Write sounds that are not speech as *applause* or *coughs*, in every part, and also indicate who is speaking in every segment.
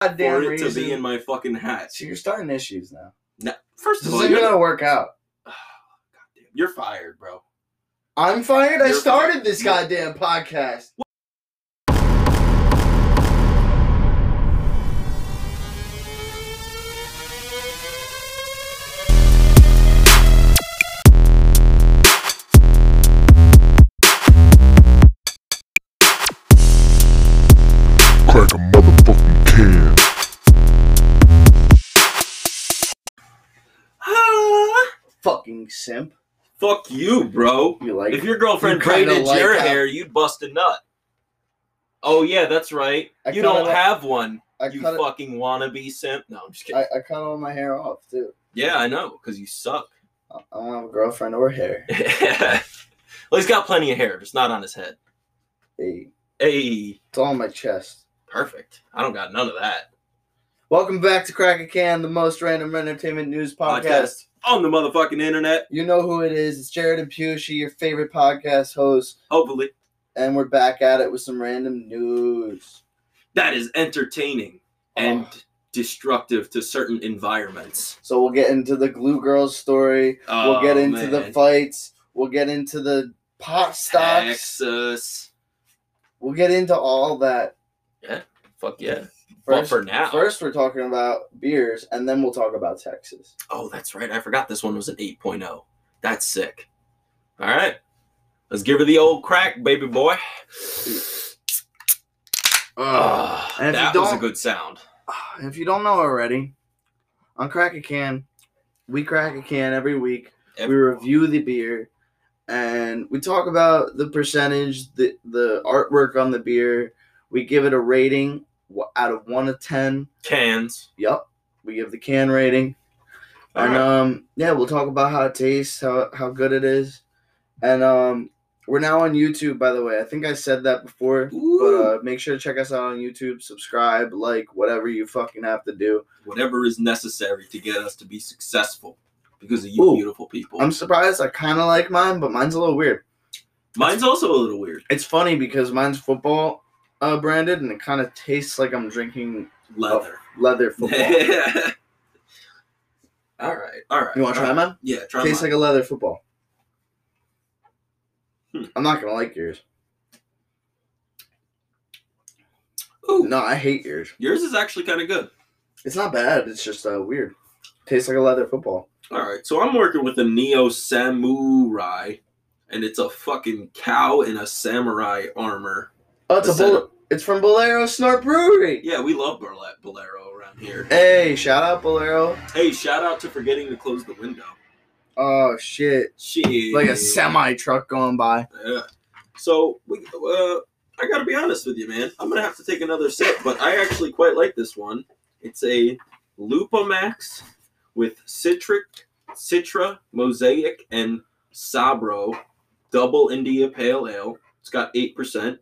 Speaker 1: for
Speaker 2: goddamn
Speaker 1: it
Speaker 2: reason.
Speaker 1: to be in my fucking hat.
Speaker 2: so you're starting issues now.
Speaker 1: First
Speaker 2: This
Speaker 1: of all,
Speaker 2: isn't
Speaker 1: you're,
Speaker 2: gonna work out.
Speaker 1: you're fired, bro.
Speaker 2: I'm fired. I
Speaker 1: You're
Speaker 2: started
Speaker 1: fired.
Speaker 2: this
Speaker 1: You're-
Speaker 2: goddamn podcast.
Speaker 3: crack a motherfucking can.
Speaker 1: Ah,
Speaker 2: Fucking simp.
Speaker 1: fuck you, bro.
Speaker 2: You like?
Speaker 1: If your girlfriend
Speaker 2: you kinda
Speaker 1: braided
Speaker 2: like
Speaker 1: your
Speaker 2: how-
Speaker 1: hair, you'd bust a nut. Oh yeah, that's right.
Speaker 2: I
Speaker 1: you
Speaker 2: kinda
Speaker 1: don't
Speaker 2: like-
Speaker 1: have one.
Speaker 2: I
Speaker 1: you
Speaker 2: cut it,
Speaker 1: fucking wannabe simp. No, I'm just kidding.
Speaker 2: I, I cut all my hair off too.
Speaker 1: yeah, I know, because you suck. *laughs*
Speaker 2: I I don't have a girlfriend or hair.
Speaker 1: well, he's got plenty of hair, just not on his head.
Speaker 2: Hey,
Speaker 1: Hey,
Speaker 2: it's all on my chest.
Speaker 1: perfect. I don't got none of that.
Speaker 2: Welcome back to Crack a Can, the most random entertainment news podcast.
Speaker 1: on the motherfucking internet.
Speaker 2: You know who it is. It's Jared and Pushy, your favorite podcast host,
Speaker 1: Hopefully,
Speaker 2: and we're back at it with some random news.
Speaker 1: that is entertaining and
Speaker 2: Oh.
Speaker 1: destructive to certain environments.
Speaker 2: So we'll get into the Glue Girls story. we'll get
Speaker 1: Oh,
Speaker 2: into the
Speaker 1: man.
Speaker 2: fights. We'll get into the pot stocks.
Speaker 1: Texas.
Speaker 2: We'll get into all that.
Speaker 1: Fuck yeah. well,
Speaker 2: First,
Speaker 1: for now.
Speaker 2: first we're talking about beers, and then we'll talk about Texas.
Speaker 1: Oh, that's right. I forgot this one was an 8.0. That's sick. All right. Let's give her the old crack, baby boy. Ah,
Speaker 2: *sighs* And if you
Speaker 1: that was a
Speaker 2: don't-
Speaker 1: good sound.
Speaker 2: If you don't know already, on Crack a Can, we crack a can every week. we review the beer and we talk about the percentage the the artwork on the beer we give it a rating wh- out of 1 to 10
Speaker 1: cans.
Speaker 2: yep we give the can rating
Speaker 1: All
Speaker 2: and
Speaker 1: right.
Speaker 2: um yeah we'll talk about how it tastes how how good it is and um we're now on youtube by the way i think i said that before but
Speaker 1: Ooh.
Speaker 2: uh, make sure to check us out on youtube subscribe like whatever you fucking have to do
Speaker 1: whatever is necessary to get us to be successful because of you
Speaker 2: Ooh.
Speaker 1: beautiful people.
Speaker 2: i'm surprised i kind of like mine but mine's a little weird
Speaker 1: Mine's also a little weird.
Speaker 2: It's funny because mine's football uh, branded, and it kind of tastes like I'm drinking
Speaker 1: Leather. *laughs*
Speaker 2: leather Oh, football.
Speaker 1: all right. All right.
Speaker 2: you want to try
Speaker 1: all right.
Speaker 2: mine?
Speaker 1: Yeah, try
Speaker 2: tastes
Speaker 1: mine.
Speaker 2: like a leather football.
Speaker 1: Hmm.
Speaker 2: I'm not gonna like yours.
Speaker 1: Ooh,
Speaker 2: No, I hate yours.
Speaker 1: Yours is actually kind of good.
Speaker 2: It's not bad. It's just uh, weird. Tastes like a leather football.
Speaker 1: All right. So I'm working with a Neo Samurai, and it's a fucking cow in a samurai armor.
Speaker 2: Oh, it's a
Speaker 1: Listen.
Speaker 2: bull. It's from Bolero Snort Brewery.
Speaker 1: Yeah, we love Burla- Bolero around here.
Speaker 2: Hey, shout out Bolero.
Speaker 1: Hey, shout out to forgetting to close the window.
Speaker 2: Oh shit!
Speaker 1: Shit.
Speaker 2: Like a semi truck going by.
Speaker 1: Yeah. So we, uh, I gotta be honest with you, man. I'm gonna have to take another sip, but I actually quite like this one. It's a Lupamax with citric, citra, mosaic, and sabro double India Pale Ale. It's got eight percent.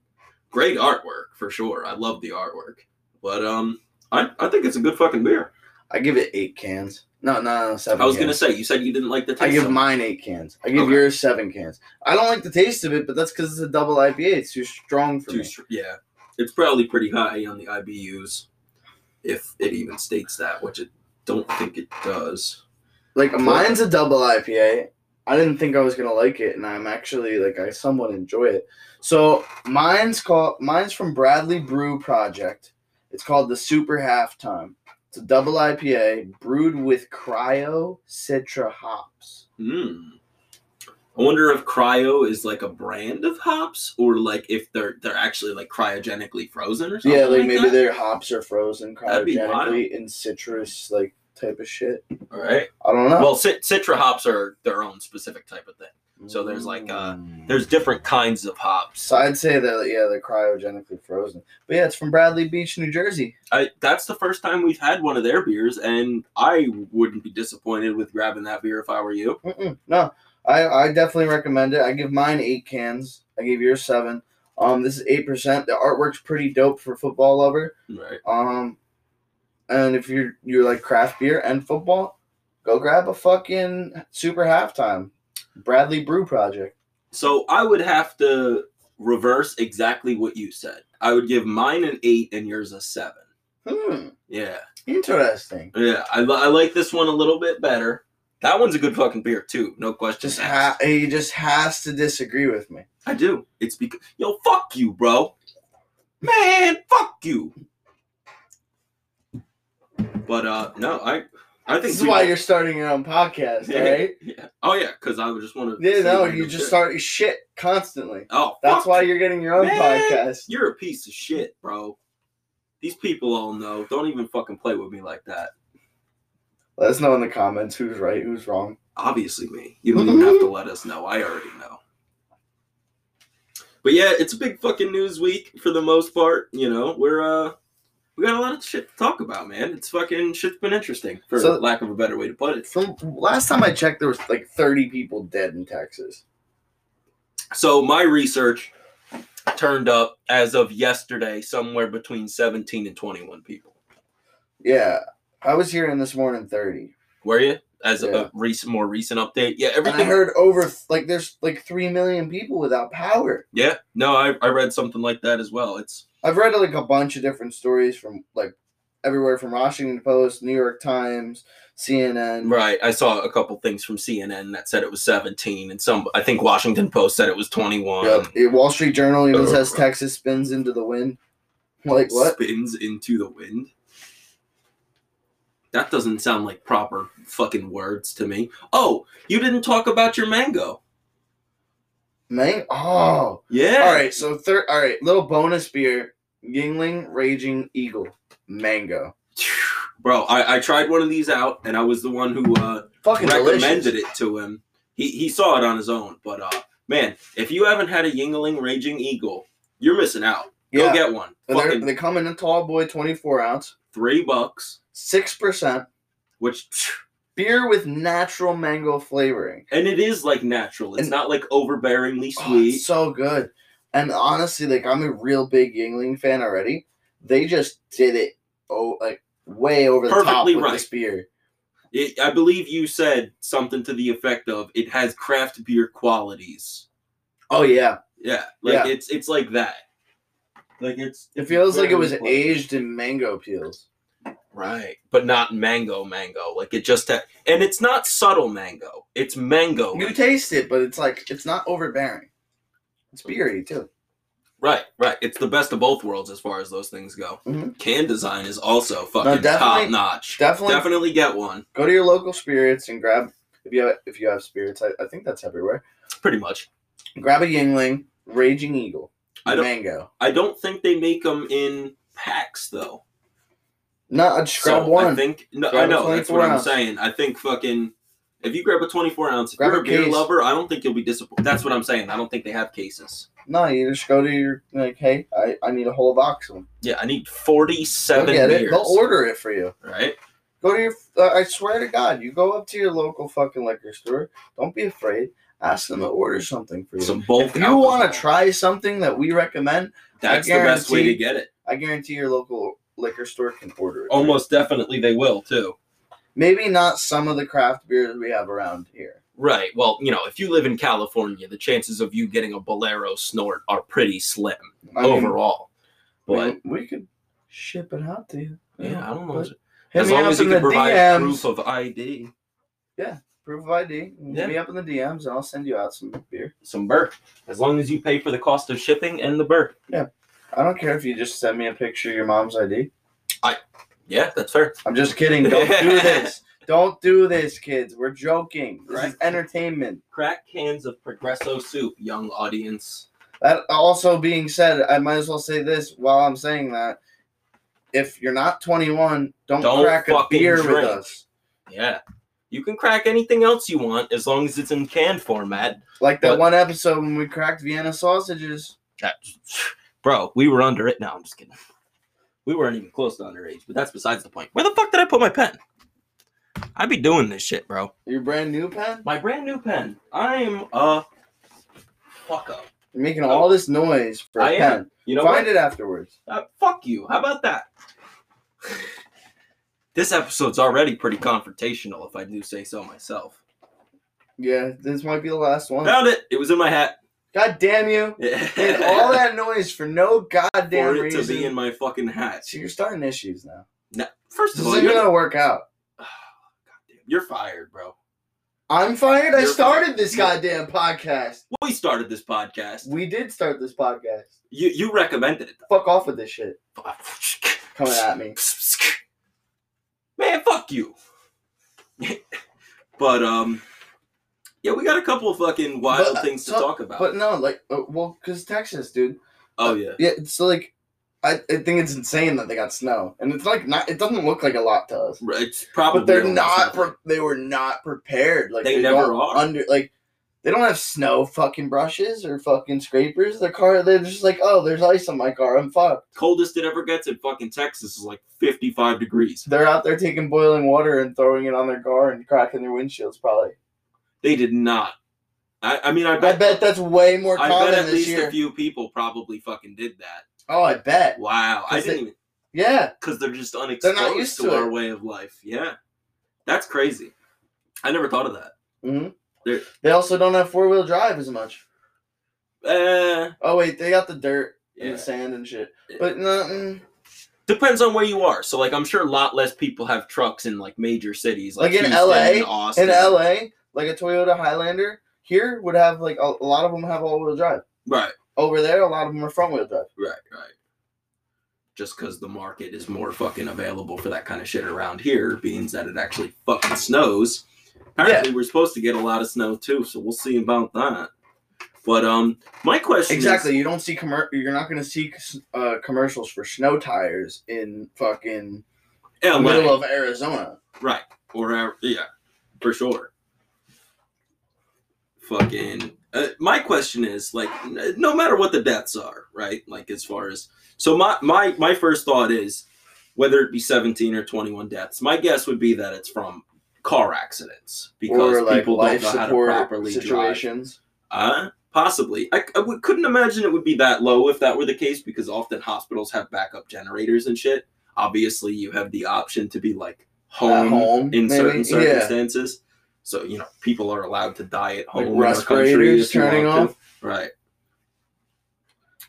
Speaker 1: Great artwork for sure. I love the artwork, but um, I, I think it's a good fucking beer.
Speaker 2: I give it eight cans. No, no, no seven.
Speaker 1: I was
Speaker 2: cans.
Speaker 1: gonna say you said you didn't like the taste.
Speaker 2: I give
Speaker 1: of it.
Speaker 2: mine eight cans. I give
Speaker 1: Okay.
Speaker 2: yours seven cans. I don't like the taste of it, but that's because it's a double IPA. It's too strong for
Speaker 1: Too
Speaker 2: me.
Speaker 1: str- yeah, it's probably pretty high on the IBUs, if it even states that, which I don't think it does.
Speaker 2: like mine's a double IPA. I didn't think I was gonna like it, and I'm actually like I somewhat enjoy it. So mine's called mine's from Bradley Brew Project. It's called the Super Halftime. It's a double IPA brewed with cryo citra hops.
Speaker 1: Hmm. I wonder if cryo is like a brand of hops, or like if they're they're actually like cryogenically frozen or something.
Speaker 2: yeah, like maybe
Speaker 1: that.
Speaker 2: their hops are frozen
Speaker 1: That'd be wild.
Speaker 2: cryogenically in citrus like type of shit.
Speaker 1: All right.
Speaker 2: I don't know.
Speaker 1: Well, cit- citra hops are their own specific type of thing. so there's like, uh, There's different kinds of hops.
Speaker 2: So I'd say that yeah, they're cryogenically frozen. But yeah, it's from Bradley Beach, New Jersey.
Speaker 1: I, that's the first time we've had one of their beers, and I wouldn't be disappointed with grabbing that beer if I were you.
Speaker 2: Mm-mm, no, I I definitely recommend it. I give mine eight cans. I gave yours seven. Um, this is eight percent. The artwork's pretty dope for a football lover.
Speaker 1: Right.
Speaker 2: Um, and if you're you're like craft beer and football, go grab a fucking super halftime. Bradley Brew Project.
Speaker 1: So I would have to reverse exactly what you said. I would give mine an eight and yours a seven.
Speaker 2: Hmm.
Speaker 1: Yeah,
Speaker 2: Interesting.
Speaker 1: yeah. I, li- I like this one a little bit better. That one's a good fucking beer too. No question.
Speaker 2: Just
Speaker 1: asked.
Speaker 2: ha- he just has to disagree with me.
Speaker 1: I do. It's because yo, fuck you, bro. Man, fuck you. But uh, no, I, I think
Speaker 2: This is
Speaker 1: we-
Speaker 2: why you're starting your own podcast,
Speaker 1: Yeah. *laughs*
Speaker 2: right?
Speaker 1: Yeah. Oh yeah, because I would just want to.
Speaker 2: Yeah, no, you just start your shit constantly.
Speaker 1: Oh,
Speaker 2: That's
Speaker 1: fuck
Speaker 2: why you're getting your own
Speaker 1: Man.
Speaker 2: podcast.
Speaker 1: You're a piece of shit, bro. These people all know. Don't even fucking play with me like that.
Speaker 2: Let us know in the comments who's right, who's wrong.
Speaker 1: Obviously, me. You don't even have
Speaker 2: *laughs*
Speaker 1: to let us know. I already know. But yeah, it's a big fucking news week for the most part. You know, we're uh, we got a lot of shit to talk about, man. It's fucking shit's been interesting, for
Speaker 2: So-
Speaker 1: lack of a better way to put it.
Speaker 2: From last time I checked, there was like 30 people dead in Texas.
Speaker 1: So my research turned up as of yesterday somewhere between 17 and 21 people.
Speaker 2: Yeah, I was hearing this morning 30,
Speaker 1: Were you? As
Speaker 2: Yeah.
Speaker 1: a recent, more recent update, yeah,
Speaker 2: and I
Speaker 1: everything.
Speaker 2: heard over like there's like three million people without power.
Speaker 1: Yeah, no, I, I read something like that as well. It's
Speaker 2: I've read like a bunch of different stories from like everywhere from Washington Post, New York Times, CNN.
Speaker 1: right. I saw a couple things from CNN that said it was 17, and some I think Washington Post said it was 21.
Speaker 2: Yep. The Wall Street Journal even says Texas spins into the wind. Like what?
Speaker 1: Spins into the wind. That doesn't sound like proper fucking words to me. Oh, you didn't talk about your mango.
Speaker 2: Man, oh.
Speaker 1: Yeah.
Speaker 2: All right, so third. All right, little bonus beer: Yingling Raging Eagle Mango.
Speaker 1: *sighs* Bro, I, I tried one of these out, and I was the one who uh,
Speaker 2: Fucking
Speaker 1: recommended
Speaker 2: delicious.
Speaker 1: it to him. He he saw it on his own, but uh, man, if you haven't had a Yingling Raging Eagle, you're missing out. Go
Speaker 2: Yeah,
Speaker 1: get one.
Speaker 2: And they're,
Speaker 1: Fucking
Speaker 2: they come in a tall boy, twenty-four ounce,
Speaker 1: three bucks,
Speaker 2: six percent
Speaker 1: which
Speaker 2: beer with natural mango flavoring.
Speaker 1: and it is like natural. It's
Speaker 2: And-
Speaker 1: not like overbearingly
Speaker 2: Oh,
Speaker 1: *gasps* sweet.
Speaker 2: it's so good. And honestly, like I'm a real big Yingling fan already. They just did it oh like way over the top
Speaker 1: Perfectly
Speaker 2: with
Speaker 1: right.
Speaker 2: this beer.
Speaker 1: It, I believe you said something to the effect of it has craft beer qualities.
Speaker 2: Oh yeah,
Speaker 1: Yeah, like
Speaker 2: Yeah.
Speaker 1: it's it's like that. Like it's
Speaker 2: it feels like it
Speaker 1: very
Speaker 2: was
Speaker 1: close.
Speaker 2: aged in mango peels.
Speaker 1: Right. But not mango mango. Like it just ha- and it's not subtle mango. It's mango.
Speaker 2: You taste it, but it's like it's not overbearing. It's beery too.
Speaker 1: Right, right. It's the best of both worlds as far as those things go.
Speaker 2: Mhm.
Speaker 1: Can design is also fucking
Speaker 2: definitely-
Speaker 1: top notch.
Speaker 2: Definitely
Speaker 1: Definitely get one.
Speaker 2: go to your local spirits and grab if you have if you have spirits. I, I think that's everywhere.
Speaker 1: Pretty much.
Speaker 2: Grab a Yingling, Raging Eagle,
Speaker 1: I don't-
Speaker 2: mango.
Speaker 1: I don't think they make them in packs though.
Speaker 2: No, I just grab
Speaker 1: So, I
Speaker 2: one.
Speaker 1: think no,
Speaker 2: Grab
Speaker 1: I
Speaker 2: a
Speaker 1: know that's what
Speaker 2: 24
Speaker 1: I'm
Speaker 2: ounce.
Speaker 1: saying. I think fucking if you grab a 24 ounce, if
Speaker 2: Grab
Speaker 1: you're
Speaker 2: a
Speaker 1: a beer
Speaker 2: case.
Speaker 1: lover, I don't think you'll be disappointed. That's what I'm saying. I don't think they have cases.
Speaker 2: no, you just go to your like, hey, I, I need a whole box of them.
Speaker 1: Yeah, I need
Speaker 2: Go
Speaker 1: 47
Speaker 2: get it.
Speaker 1: beers.
Speaker 2: They'll order it for you.
Speaker 1: right?
Speaker 2: Go to your. Uh, I swear to God, you go up to your local fucking liquor store. Don't be afraid. Ask them to order something for you.
Speaker 1: Some bulk.
Speaker 2: if you want
Speaker 1: alcohol.
Speaker 2: to try something that we recommend,
Speaker 1: that's
Speaker 2: I
Speaker 1: the best way to
Speaker 2: guarantee-
Speaker 1: get it.
Speaker 2: I guarantee your local liquor store can order it.
Speaker 1: Almost definitely they will too.
Speaker 2: Maybe not some of the craft beers we have around here.
Speaker 1: Right. Well, you know, if you live in California, the chances of you getting a Bolero snort are pretty slim
Speaker 2: I mean,
Speaker 1: overall. But
Speaker 2: we, we could ship it out to you.
Speaker 1: yeah, I don't know.
Speaker 2: but Hit
Speaker 1: As
Speaker 2: me
Speaker 1: long
Speaker 2: up
Speaker 1: as
Speaker 2: in
Speaker 1: you
Speaker 2: the
Speaker 1: can provide
Speaker 2: DMs.
Speaker 1: proof of ID,
Speaker 2: proof of ID. Hit
Speaker 1: Yeah.
Speaker 2: me up in the DMs, and I'll send you out some beer.
Speaker 1: some Burke. As long as you pay for the cost of shipping and the Burke.
Speaker 2: I don't care if you just send me a picture of your mom's ID.
Speaker 1: Yeah, that's fair.
Speaker 2: I'm just kidding. Don't
Speaker 1: *laughs*
Speaker 2: do this. Don't do this, kids. We're joking. This is
Speaker 1: Right.
Speaker 2: entertainment.
Speaker 1: Crack cans of Progresso soup, young audience.
Speaker 2: That also being said, I might as well say this while I'm saying that. If you're not 21, don't,
Speaker 1: Don't
Speaker 2: crack a
Speaker 1: fucking
Speaker 2: beer with
Speaker 1: drink.
Speaker 2: us.
Speaker 1: Yeah. You can crack anything else you want as long as it's in can format.
Speaker 2: Like that
Speaker 1: But-
Speaker 2: one episode when we cracked Vienna sausages.
Speaker 1: That- bro, we were under it. No, I'm just kidding. We weren't even close to underage, but that's besides the point. Where the fuck did I put my pen? I be doing this shit, bro.
Speaker 2: Your brand new pen?
Speaker 1: My brand new pen. I'm a fuck up.
Speaker 2: You're making all this noise for a
Speaker 1: I am.
Speaker 2: pen.
Speaker 1: You know
Speaker 2: Find
Speaker 1: what?
Speaker 2: it afterwards.
Speaker 1: Uh, fuck you. How about that? *laughs* this episode's already pretty confrontational, if I do say so myself.
Speaker 2: Yeah, this might be the last one.
Speaker 1: Found it. It was in my hat. *laughs*
Speaker 2: God damn you! Made all that noise for no goddamn
Speaker 1: for it
Speaker 2: reason.
Speaker 1: to be in my fucking hat.
Speaker 2: so you're starting issues now.
Speaker 1: First
Speaker 2: This
Speaker 1: of all,
Speaker 2: isn't
Speaker 1: you're,
Speaker 2: gonna work out.
Speaker 1: goddamn, you're fired, bro.
Speaker 2: I'm fired. I
Speaker 1: You're
Speaker 2: started
Speaker 1: fired.
Speaker 2: this goddamn podcast.
Speaker 1: We started this podcast.
Speaker 2: We did start this podcast.
Speaker 1: You you recommended
Speaker 2: Fuck off with this shit
Speaker 1: it.
Speaker 2: coming at me.
Speaker 1: Man, fuck you. *laughs* but um, yeah, we got a couple of fucking wild
Speaker 2: But, uh,
Speaker 1: things to
Speaker 2: so-
Speaker 1: talk about.
Speaker 2: But no, like, uh, well, because Texas, dude.
Speaker 1: oh yeah,
Speaker 2: Yeah, so like, I, I think it's insane that they got snow, and it's like not. It doesn't look like a lot to us,
Speaker 1: Right, it's probably.
Speaker 2: but they're
Speaker 1: almost
Speaker 2: not.
Speaker 1: nothing.
Speaker 2: Pre- they were not prepared. Like
Speaker 1: They never
Speaker 2: don't
Speaker 1: are.
Speaker 2: under like. They don't have snow fucking brushes or fucking scrapers. Their car, they're just like, oh, there's ice on my car. I'm fucked.
Speaker 1: Coldest it ever gets in fucking Texas is like 55 degrees.
Speaker 2: They're out there taking boiling water and throwing it on their car and cracking their windshields, probably.
Speaker 1: They did not. I, I mean, I
Speaker 2: I
Speaker 1: bet.
Speaker 2: bet that's way more
Speaker 1: I
Speaker 2: common
Speaker 1: bet at
Speaker 2: this
Speaker 1: least
Speaker 2: year.
Speaker 1: a few people probably fucking did that.
Speaker 2: oh, I bet.
Speaker 1: Wow, I
Speaker 2: Cause
Speaker 1: didn't
Speaker 2: they-
Speaker 1: even
Speaker 2: Yeah.
Speaker 1: because they're just unexposed
Speaker 2: used
Speaker 1: to,
Speaker 2: to
Speaker 1: our
Speaker 2: it.
Speaker 1: way of life. Yeah, that's crazy. I never thought of that.
Speaker 2: hmm
Speaker 1: They're-
Speaker 2: They also don't have four wheel drive as much.
Speaker 1: Uh,
Speaker 2: Oh wait, they got the dirt and
Speaker 1: yeah.
Speaker 2: the sand and shit.
Speaker 1: Yeah.
Speaker 2: But no, mm,
Speaker 1: depends on where you are. So like I'm sure a lot less people have trucks in like major cities like,
Speaker 2: Like in
Speaker 1: Houston,
Speaker 2: LA?
Speaker 1: Austin.
Speaker 2: in LA, like a Toyota Highlander here would have like a, a lot of them have all wheel drive.
Speaker 1: Right,
Speaker 2: Over there, a lot of them are front wheel drive.
Speaker 1: right, right. Just because the market is more fucking available for that kind of shit around here, means that it actually fucking snows. Apparently, we're supposed to get a lot of snow too, so we'll see about that. But um, my question is-
Speaker 2: Exactly. You don't see commer- You're not gonna see uh, commercials for snow tires in fucking
Speaker 1: LA,
Speaker 2: middle of Arizona.
Speaker 1: right? Or uh, yeah, for sure. Fucking. Uh, my question is like, n- no matter what the deaths are, right? Like as far as so, my my my first thought is whether it be seventeen or twenty-one deaths. My guess would be that it's from car accidents because
Speaker 2: or like
Speaker 1: people
Speaker 2: life
Speaker 1: don't know how to
Speaker 2: support
Speaker 1: properly drive.
Speaker 2: situations.
Speaker 1: Uh, possibly. I, I would, couldn't imagine it would be that low if that were the case because often hospitals have backup generators and shit. Obviously, you have the option to be like home,
Speaker 2: home,
Speaker 1: in certain
Speaker 2: maybe?
Speaker 1: circumstances. So, you know, people are allowed to die at home.
Speaker 2: Like
Speaker 1: in our
Speaker 2: respirators
Speaker 1: country if you
Speaker 2: turning
Speaker 1: want to. Right.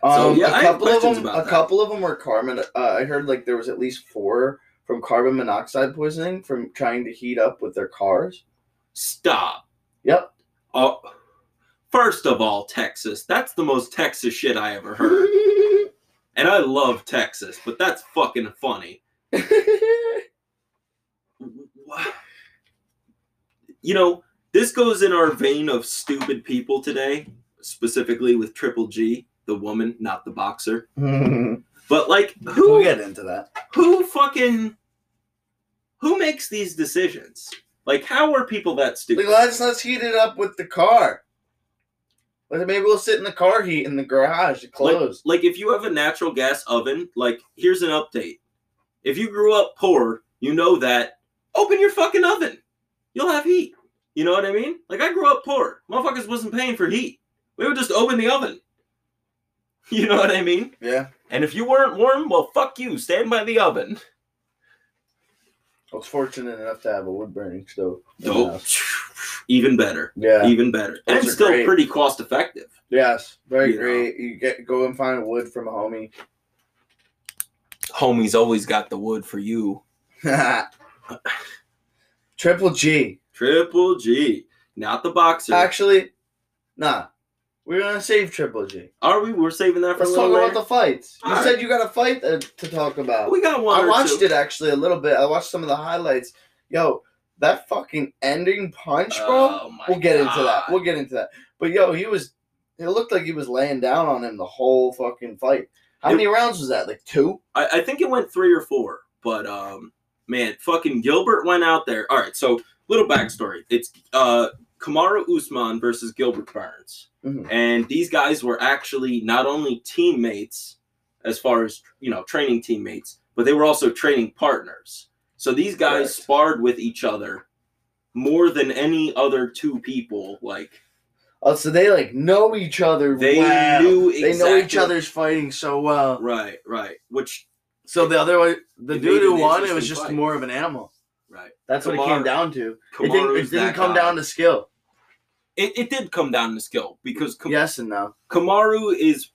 Speaker 2: Yeah.
Speaker 1: So,
Speaker 2: Um,
Speaker 1: yeah, I
Speaker 2: a
Speaker 1: have
Speaker 2: couple of
Speaker 1: questions
Speaker 2: them.
Speaker 1: about
Speaker 2: A
Speaker 1: that.
Speaker 2: couple of them were carbon. Uh, I heard like there was at least four from carbon monoxide poisoning from trying to heat up with their cars.
Speaker 1: Stop.
Speaker 2: Yep.
Speaker 1: Oh, first of all, Texas. That's the most Texas shit I
Speaker 2: *laughs*
Speaker 1: ever heard. and I love Texas, but that's fucking funny. Wha- you know, this goes in our vein of stupid people today, specifically with Triple G, the woman, not the boxer. But like,
Speaker 2: we'll
Speaker 1: who,
Speaker 2: get into that.
Speaker 1: who fucking, who makes these decisions? Like, how are people that
Speaker 2: Like,
Speaker 1: stupid?
Speaker 2: let's let's heat it up with the car. Like, maybe we'll sit in the car heat in the garage. It closed.
Speaker 1: Like, if you have a natural gas oven, like, here's an update. If you grew up poor, you know that. Open your fucking oven. You'll have heat. You know what I mean? Like, I grew up poor. Motherfuckers wasn't paying for heat. We would just open the oven. *laughs* You know what I mean?
Speaker 2: yeah,
Speaker 1: And if you weren't warm, well, fuck you. Stand by the oven.
Speaker 2: I was fortunate enough to have a wood burning stove. in the
Speaker 1: Nope.
Speaker 2: house.
Speaker 1: Even better.
Speaker 2: Yeah.
Speaker 1: Even better.
Speaker 2: Those
Speaker 1: And
Speaker 2: are
Speaker 1: still
Speaker 2: great.
Speaker 1: pretty cost effective.
Speaker 2: Yes. Very
Speaker 1: You know.
Speaker 2: great. You get go and find wood from a homie. *laughs*
Speaker 1: Homie's always got the wood for you.
Speaker 2: Triple G.
Speaker 1: Triple G. Not the boxer.
Speaker 2: Actually, nah. We're gonna save Triple G.
Speaker 1: Are we? We're saving that for
Speaker 2: Let's
Speaker 1: a
Speaker 2: talk
Speaker 1: little
Speaker 2: about
Speaker 1: later.
Speaker 2: the fights. You
Speaker 1: Alright.
Speaker 2: said you got a fight uh, to talk about.
Speaker 1: We got one.
Speaker 2: I
Speaker 1: or
Speaker 2: watched
Speaker 1: two.
Speaker 2: it actually a little bit. I watched some of the highlights. Yo, that fucking ending punch, bro.
Speaker 1: Oh my
Speaker 2: we'll get into that.
Speaker 1: God.
Speaker 2: We'll get into that. But yo, he was. It looked like he was laying down on him the whole fucking fight. How
Speaker 1: It-
Speaker 2: many rounds was that? Like two.
Speaker 1: I, I think it went three or four, but um, man, fucking Gilbert went out there. All right, so little backstory. It's uh, Kamara Usman versus Gilbert Burns,
Speaker 2: Mhm.
Speaker 1: and these guys were actually not only teammates as far as you know training teammates, but they were also training partners. So these guys
Speaker 2: Correct.
Speaker 1: sparred with each other more than any other two people. Like
Speaker 2: Oh, so they like know each other.
Speaker 1: they
Speaker 2: well.
Speaker 1: knew
Speaker 2: They
Speaker 1: exactly.
Speaker 2: know each other's fighting so well.
Speaker 1: Right, right. Which
Speaker 2: So the other one, the
Speaker 1: It
Speaker 2: dude
Speaker 1: made
Speaker 2: who
Speaker 1: an
Speaker 2: won, it
Speaker 1: interesting
Speaker 2: was just
Speaker 1: fight.
Speaker 2: more of an animal.
Speaker 1: right.
Speaker 2: That's what it
Speaker 1: Kamar-
Speaker 2: came down to. It
Speaker 1: Kamaru's
Speaker 2: didn't, it didn't
Speaker 1: that
Speaker 2: come
Speaker 1: guy.
Speaker 2: down to skill.
Speaker 1: it, it did come down to skill because Kam-
Speaker 2: Yes and no.
Speaker 1: Kamaru is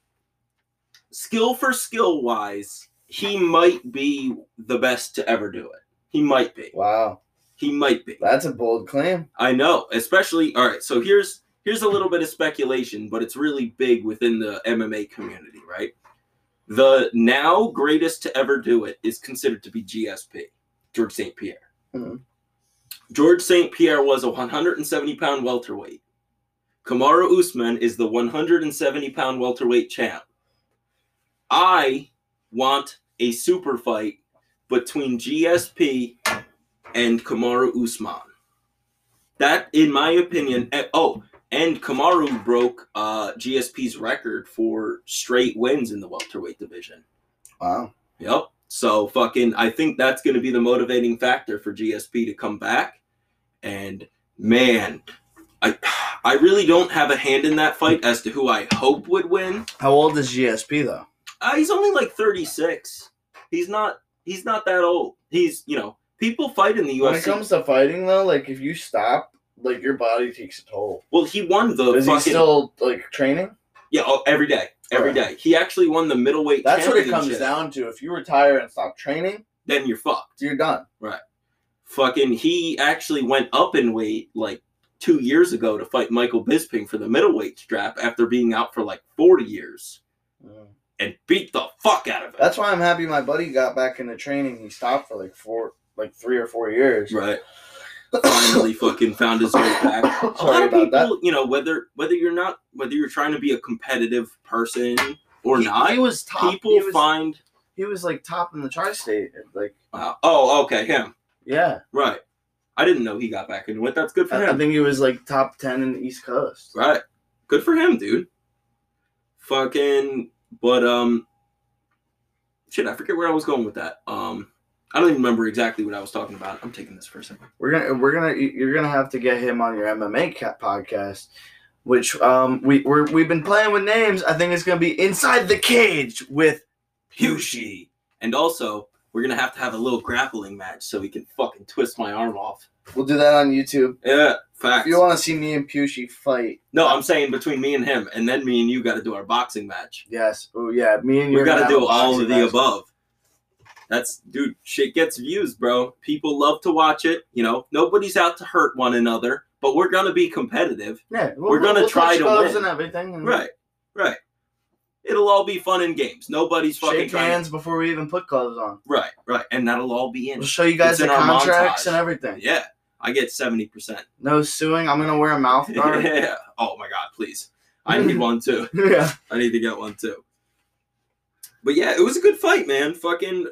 Speaker 1: skill for skill wise, he might be the best to ever do it. He might be.
Speaker 2: Wow,
Speaker 1: He might be.
Speaker 2: that's a bold claim.
Speaker 1: I know, especially all right. So here's here's a little bit of speculation, but it's really big within the MMA community, right? The now greatest to ever do it is considered to be GSP, George St. Pierre.
Speaker 2: Mhm.
Speaker 1: George St. Pierre was a 170 pound welterweight. Kamaru Usman is the 170 pound welterweight champ. I want a super fight between GSP and Kamaru Usman. That, in my opinion, eh, oh, and Kamaru broke uh, GSP's record for straight wins in the welterweight division.
Speaker 2: Wow.
Speaker 1: Yep. So fucking, I think that's going to be the motivating factor for GSP to come back. And man, I I really don't have a hand in that fight as to who I hope would win.
Speaker 2: How old is GSP though?
Speaker 1: Uh, he's only like 36. He's not he's not that old. He's you know people fight in the
Speaker 2: When it
Speaker 1: UFC.
Speaker 2: comes to fighting though, like if you stop, like your body takes a toll.
Speaker 1: well, he won the
Speaker 2: Is he
Speaker 1: fucking
Speaker 2: still like training?
Speaker 1: yeah oh, every day every day. He actually won the middleweight.
Speaker 2: That's what it comes
Speaker 1: championship.
Speaker 2: down to. If you retire and stop training,
Speaker 1: Then you're fucked.
Speaker 2: you're done.
Speaker 1: fucking he actually went up in weight like two years ago to fight Michael Bisping for the middleweight strap after being out for like 40 years Mm. and beat the fuck out of it.
Speaker 2: That's why I'm happy my buddy got back into training. He stopped for like four, like three or four years.
Speaker 1: right.
Speaker 2: *coughs*
Speaker 1: Finally fucking found his way back. A lot
Speaker 2: Sorry
Speaker 1: of
Speaker 2: about
Speaker 1: people,
Speaker 2: that.
Speaker 1: you know, whether whether you're not whether you're trying to be a competitive person or
Speaker 2: He-
Speaker 1: not,
Speaker 2: He was top.
Speaker 1: people
Speaker 2: he was,
Speaker 1: find
Speaker 2: he was like top in the tri-state. Like,
Speaker 1: wow. Oh, okay, him.
Speaker 2: yeah,
Speaker 1: Right. I didn't know he got back into it. That's good for
Speaker 2: I, I
Speaker 1: him.
Speaker 2: think he was like top ten in the East Coast.
Speaker 1: Right. Good for him, dude. Fucking but um shit, I forget where I was going with that. Um I don't even remember exactly what I was talking about. I'm taking this for a second.
Speaker 2: We're gonna we're gonna you're gonna have to get him on your MMA cat podcast, which um we we're, we've been playing with names. I think it's gonna be inside the cage with
Speaker 1: Hushi. And also, we're gonna have to have a little grappling match so he can fucking twist my arm off.
Speaker 2: We'll do that on YouTube.
Speaker 1: Yeah,
Speaker 2: If
Speaker 1: facts.
Speaker 2: you want to see me and Pushy fight,
Speaker 1: No, I'm saying between me and him, and then me and you gotta do our boxing match.
Speaker 2: yes, oh yeah, me and you.
Speaker 1: We
Speaker 2: are
Speaker 1: gotta
Speaker 2: gonna have
Speaker 1: do
Speaker 2: a
Speaker 1: all of
Speaker 2: boxing
Speaker 1: the
Speaker 2: match.
Speaker 1: above. That's dude, shit gets views, bro. People love to watch it. You know, nobody's out to hurt one another, but we're gonna be competitive.
Speaker 2: Yeah, we'll,
Speaker 1: We're gonna
Speaker 2: we'll
Speaker 1: try
Speaker 2: touch
Speaker 1: to
Speaker 2: gloves
Speaker 1: win.
Speaker 2: and everything. and
Speaker 1: Right, right. It'll all be fun and games. Nobody's fucking
Speaker 2: Shake
Speaker 1: trying.
Speaker 2: hands before we even put gloves on.
Speaker 1: Right, right, and that'll all be in.
Speaker 2: We'll show you guys
Speaker 1: in
Speaker 2: the
Speaker 1: our
Speaker 2: contracts
Speaker 1: montage.
Speaker 2: and everything.
Speaker 1: Yeah, I get seventy percent.
Speaker 2: No suing. I'm gonna wear a mouth guard. *laughs*
Speaker 1: *laughs* Yeah. Oh my god, please! I need one too.
Speaker 2: yeah.
Speaker 1: I need to get one too. But yeah, it was a good fight, man. Fucking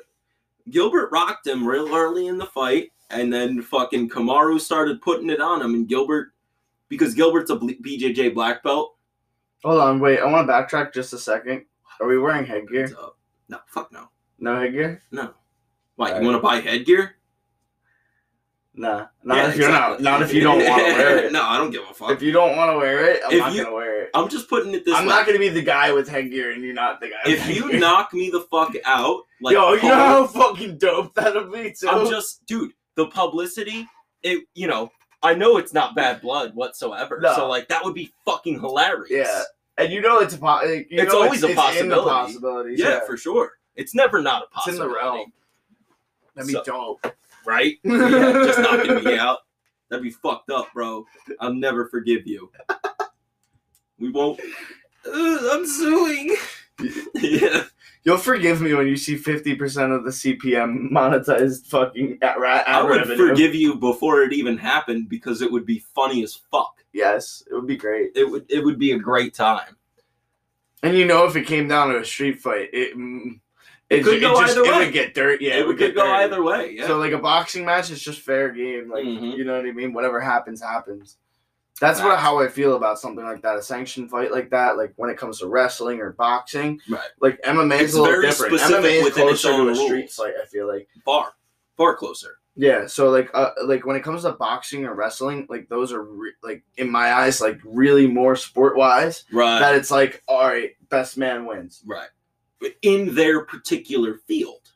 Speaker 1: Gilbert rocked him real early in the fight, and then fucking Kamaru started putting it on him, and Gilbert because Gilbert's a bl- BJJ black belt.
Speaker 2: Hold on, wait. I want to backtrack just a second. Are we wearing headgear?
Speaker 1: So, no, fuck no,
Speaker 2: No headgear?
Speaker 1: no. Why
Speaker 2: Alright.
Speaker 1: you want to buy headgear?
Speaker 2: Nah. Not
Speaker 1: Yeah,
Speaker 2: if you're not.
Speaker 1: exactly.
Speaker 2: Not if you don't want to wear it.
Speaker 1: *laughs* no, I don't give a
Speaker 2: *laughs*
Speaker 1: fuck.
Speaker 2: If you don't want to wear it, I'm
Speaker 1: If
Speaker 2: not
Speaker 1: you-
Speaker 2: gonna wear it.
Speaker 1: I'm just putting it this
Speaker 2: I'm
Speaker 1: way.
Speaker 2: not gonna be the guy with headgear and you're not the guy.
Speaker 1: if
Speaker 2: with
Speaker 1: you
Speaker 2: *laughs* headgear.
Speaker 1: knock me the fuck out,
Speaker 2: *laughs*
Speaker 1: like
Speaker 2: yo, you know
Speaker 1: pub-
Speaker 2: how fucking dope that'll be too.
Speaker 1: I'm just dude, the publicity, it you know, I know it's not bad blood whatsoever.
Speaker 2: No.
Speaker 1: So like that would be fucking hilarious.
Speaker 2: Yeah. and you know it's a po- like, you
Speaker 1: It's
Speaker 2: know
Speaker 1: always a
Speaker 2: in the
Speaker 1: possibility.
Speaker 2: possibilities.
Speaker 1: Yeah, for sure. It's never not
Speaker 2: it's
Speaker 1: a
Speaker 2: in
Speaker 1: possibility.
Speaker 2: the realm. That'd be
Speaker 1: So-
Speaker 2: dope.
Speaker 1: *laughs* Right? Yeah, just knocking me out. That'd be fucked up, bro. I'll never forgive you. We won't Ugh, I'm suing. *laughs* yeah.
Speaker 2: You'll forgive me when you see 50% of the CPM monetized fucking at, ra-
Speaker 1: I
Speaker 2: ad
Speaker 1: would
Speaker 2: revenue.
Speaker 1: forgive you before it even happened because it would be funny as fuck.
Speaker 2: Yes, it would be great.
Speaker 1: It would it would be a great time.
Speaker 2: And you know, if it came down to a street fight, it mm,
Speaker 1: It could go
Speaker 2: just,
Speaker 1: either
Speaker 2: it
Speaker 1: way.
Speaker 2: would get dirty. Yeah,
Speaker 1: it would
Speaker 2: get
Speaker 1: could go
Speaker 2: dirty.
Speaker 1: either way. Yeah.
Speaker 2: So like a boxing match, it's just fair game. Like
Speaker 1: Mhm.
Speaker 2: you know what I mean. Whatever happens, happens. That's what
Speaker 1: Facts.
Speaker 2: how I feel about something like that. A sanctioned fight like that, like when it comes to wrestling or boxing,
Speaker 1: Right.
Speaker 2: Like MMA
Speaker 1: It's
Speaker 2: is a little
Speaker 1: very
Speaker 2: different.
Speaker 1: specific
Speaker 2: MMA is
Speaker 1: within its
Speaker 2: closer to
Speaker 1: own
Speaker 2: a street
Speaker 1: rules.
Speaker 2: fight. I feel like
Speaker 1: far, far closer.
Speaker 2: yeah. So like uh, like when it comes to boxing or wrestling, like those are re- like in my eyes like really more sport wise.
Speaker 1: Right.
Speaker 2: that it's like all right, best man wins.
Speaker 1: right. But in their particular field.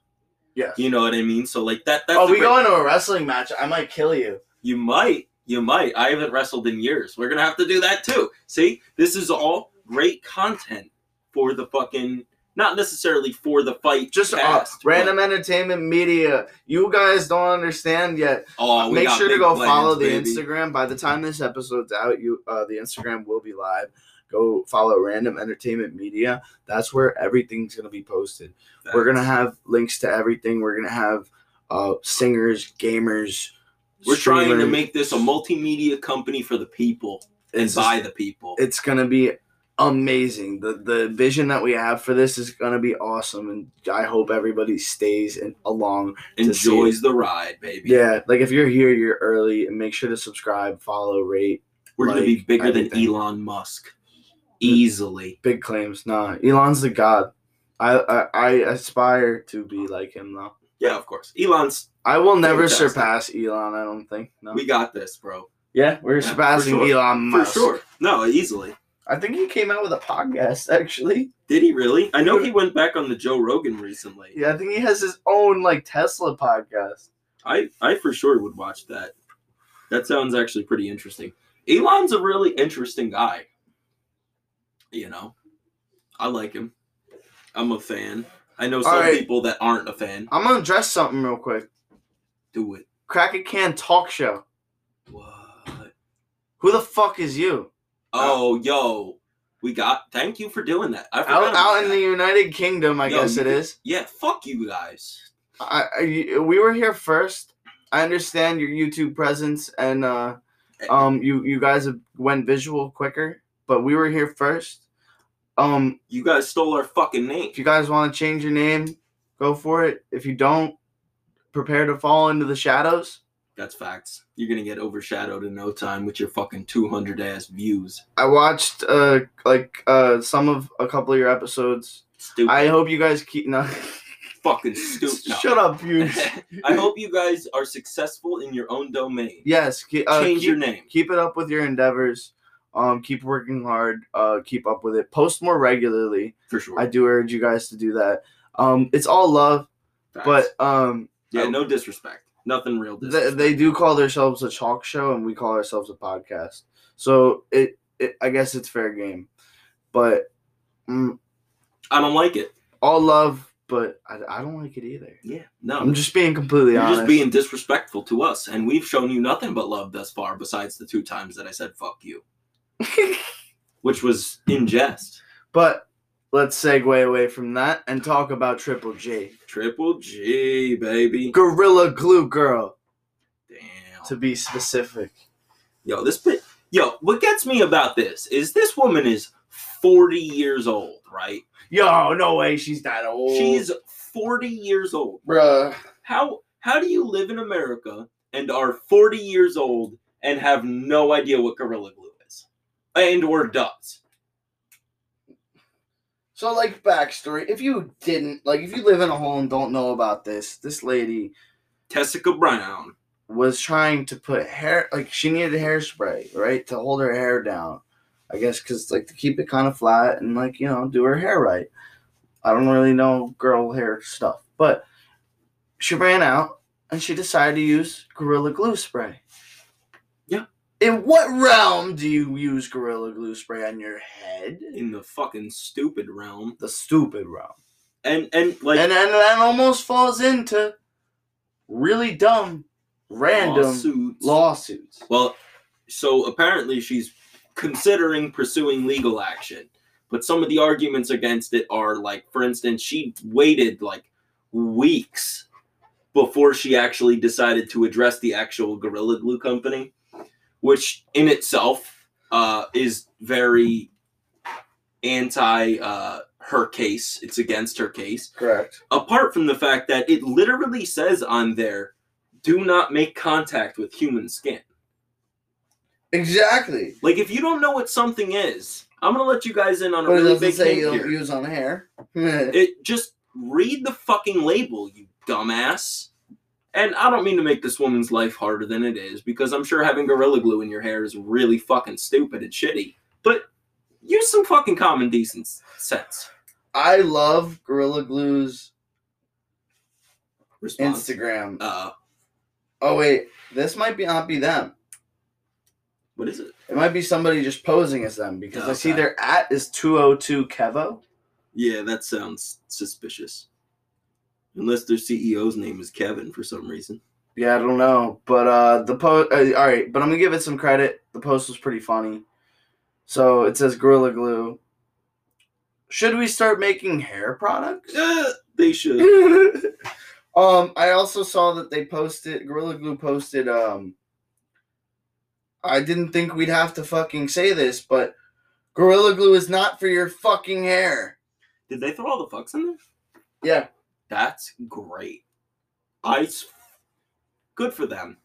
Speaker 2: Yes.
Speaker 1: You know what I mean? So like that that's
Speaker 2: oh,
Speaker 1: the
Speaker 2: we
Speaker 1: great-
Speaker 2: go into a wrestling match. I might kill you.
Speaker 1: you might. You might. I haven't wrestled in years. We're gonna have to do that too. See, this is all great content for the fucking. Not necessarily for the fight.
Speaker 2: Just uh,
Speaker 1: past, but-
Speaker 2: random entertainment media. You guys don't understand yet.
Speaker 1: Oh, we
Speaker 2: Make
Speaker 1: got
Speaker 2: sure to
Speaker 1: big
Speaker 2: go
Speaker 1: plans,
Speaker 2: follow the
Speaker 1: baby.
Speaker 2: Instagram. By the time this episode's out, you uh, the Instagram will be live. Go follow Random Entertainment Media. That's where everything's gonna be posted. We're gonna have links to everything. We're gonna have uh, singers, gamers.
Speaker 1: We're trying to
Speaker 2: streamers.
Speaker 1: make this a multimedia company for the people and
Speaker 2: It's just-
Speaker 1: by the people.
Speaker 2: it's gonna be amazing. The the vision that we have for this is gonna be awesome, and I hope everybody stays and along.
Speaker 1: Enjoys the ride, baby.
Speaker 2: Yeah, like if you're here, you're early, and make sure to subscribe, follow, rate.
Speaker 1: We're gonna be
Speaker 2: like
Speaker 1: bigger
Speaker 2: everything.
Speaker 1: than Elon Musk, easily.
Speaker 2: Big claims, nah. Elon's the god. I I, I aspire to be like him though.
Speaker 1: Yeah, of course. Elon's.
Speaker 2: I will never
Speaker 1: Fantastic.
Speaker 2: surpass Elon. I don't think. No.
Speaker 1: We got this, bro.
Speaker 2: yeah, we're
Speaker 1: for
Speaker 2: surpassing
Speaker 1: sure.
Speaker 2: Elon
Speaker 1: For
Speaker 2: Musk.
Speaker 1: sure. No, easily.
Speaker 2: I think he came out with a podcast actually.
Speaker 1: Did he really? I know he went back on the Joe Rogan recently.
Speaker 2: Yeah, I think he has his own like Tesla podcast.
Speaker 1: I, I for sure would watch that. That sounds actually pretty interesting. Elon's a really interesting guy. You know, I like him. I'm a fan. I know some
Speaker 2: Alright.
Speaker 1: people that aren't a fan.
Speaker 2: I'm gonna address something real quick.
Speaker 1: Do it.
Speaker 2: Crack a Can Talk Show.
Speaker 1: What?
Speaker 2: Who the fuck is you?
Speaker 1: Oh, yo. We got. Thank you for doing that. I forgot
Speaker 2: Out,
Speaker 1: about
Speaker 2: out in
Speaker 1: that.
Speaker 2: the United Kingdom, I
Speaker 1: Yo,
Speaker 2: guess
Speaker 1: you
Speaker 2: it
Speaker 1: could-
Speaker 2: is.
Speaker 1: Yeah, fuck you guys.
Speaker 2: I, I, you- we were here first. I understand your YouTube presence and uh, um, you you guys have went visual quicker, but we were here first. Um,
Speaker 1: You guys stole our fucking name.
Speaker 2: if you guys want to change your name, go for it. If you don't, prepare to fall into the shadows.
Speaker 1: That's facts. You're gonna get overshadowed in no time with your fucking 200 ass views.
Speaker 2: I watched uh like uh some of a couple of your episodes.
Speaker 1: Stupid.
Speaker 2: I hope you guys keep no.
Speaker 1: fucking stupid.
Speaker 2: *laughs* Shut up,
Speaker 1: *laughs*
Speaker 2: you.
Speaker 1: I hope you guys are successful in your own domain.
Speaker 2: Yes, ke- uh,
Speaker 1: Change
Speaker 2: keep,
Speaker 1: your name.
Speaker 2: keep it up with your endeavors. Um, keep working hard. Uh, keep up with it. Post more regularly.
Speaker 1: For sure.
Speaker 2: I do urge you guys to do that. Um, it's all love,
Speaker 1: Facts.
Speaker 2: but um,
Speaker 1: yeah, no disrespect. Nothing real
Speaker 2: th-
Speaker 1: disrespect.
Speaker 2: they do call themselves a talk show, and we call ourselves a podcast. So it, it I guess it's fair game, but mm,
Speaker 1: I don't like it.
Speaker 2: all love. But I, I don't like it either.
Speaker 1: Yeah. No.
Speaker 2: I'm just being completely
Speaker 1: You're
Speaker 2: honest.
Speaker 1: just being disrespectful to us, and we've shown you nothing but love thus far, besides the two times that I said fuck you. Which was in jest.
Speaker 2: *laughs* but let's segue away from that and talk about Triple J,
Speaker 1: Triple G, baby.
Speaker 2: Gorilla Glue Girl.
Speaker 1: Damn.
Speaker 2: to be specific.
Speaker 1: Yo, this bit. Yo, what gets me about this is this woman is 40 years old, right?
Speaker 2: Yo, no way, she's that old.
Speaker 1: She's 40 years old.
Speaker 2: bruh.
Speaker 1: How how do you live in America and are 40 years old and have no idea what Gorilla Glue is? And or does.
Speaker 2: So, like, backstory. If you didn't, like, if you live in a hole and don't know about this, this lady
Speaker 1: Tessica Brown.
Speaker 2: was trying to put hair, like, she needed hairspray, right, to hold her hair down. I guess because, like, to keep it kind of flat and, like, you know, do her hair right. I don't really know girl hair stuff, but she ran out and she decided to use Gorilla Glue spray.
Speaker 1: Yeah.
Speaker 2: In what realm do you use Gorilla Glue spray on your head?
Speaker 1: in the fucking stupid realm.
Speaker 2: the stupid realm.
Speaker 1: And and like
Speaker 2: and and that almost falls into really dumb, random lawsuits.
Speaker 1: lawsuits. Well, so apparently she's considering pursuing legal action, but some of the arguments against it are like, for instance, she waited like weeks before she actually decided to address the actual Gorilla Glue company, which in itself uh, is very anti uh, her case. It's against her case
Speaker 2: Correct.
Speaker 1: apart from the fact that it literally says on there do not make contact with human skin
Speaker 2: Exactly.
Speaker 1: like if you don't know what something is i'm gonna let you guys in on a
Speaker 2: But it
Speaker 1: really
Speaker 2: doesn't
Speaker 1: big
Speaker 2: say
Speaker 1: thing
Speaker 2: you don't
Speaker 1: here
Speaker 2: use on hair. *laughs*
Speaker 1: it just read the fucking label you dumbass and i don't mean to make this woman's life harder than it is because i'm sure having gorilla glue in your hair is really fucking stupid and shitty but use some fucking common decent sense
Speaker 2: I love Gorilla Glue's
Speaker 1: response
Speaker 2: Instagram.
Speaker 1: uh
Speaker 2: Oh wait, this might be not be them.
Speaker 1: What is it?
Speaker 2: It might be somebody just posing as them because I see
Speaker 1: Okay.
Speaker 2: their at is 202 Kevo.
Speaker 1: Yeah, that sounds suspicious. Unless their CEO's name is Kevin for some reason.
Speaker 2: Yeah, I don't know, but uh, the post. Uh, all right, but I'm gonna give it some credit. The post was pretty funny. So it says Gorilla Glue. Should we start making hair products?
Speaker 1: Uh, they should.
Speaker 2: *laughs* um, I also saw that they posted Gorilla Glue posted. Um, I didn't think we'd have to fucking say this, but Gorilla Glue is not for your fucking hair.
Speaker 1: Did they throw all the fucks in there?
Speaker 2: Yeah,
Speaker 1: That's great. I. Good for them.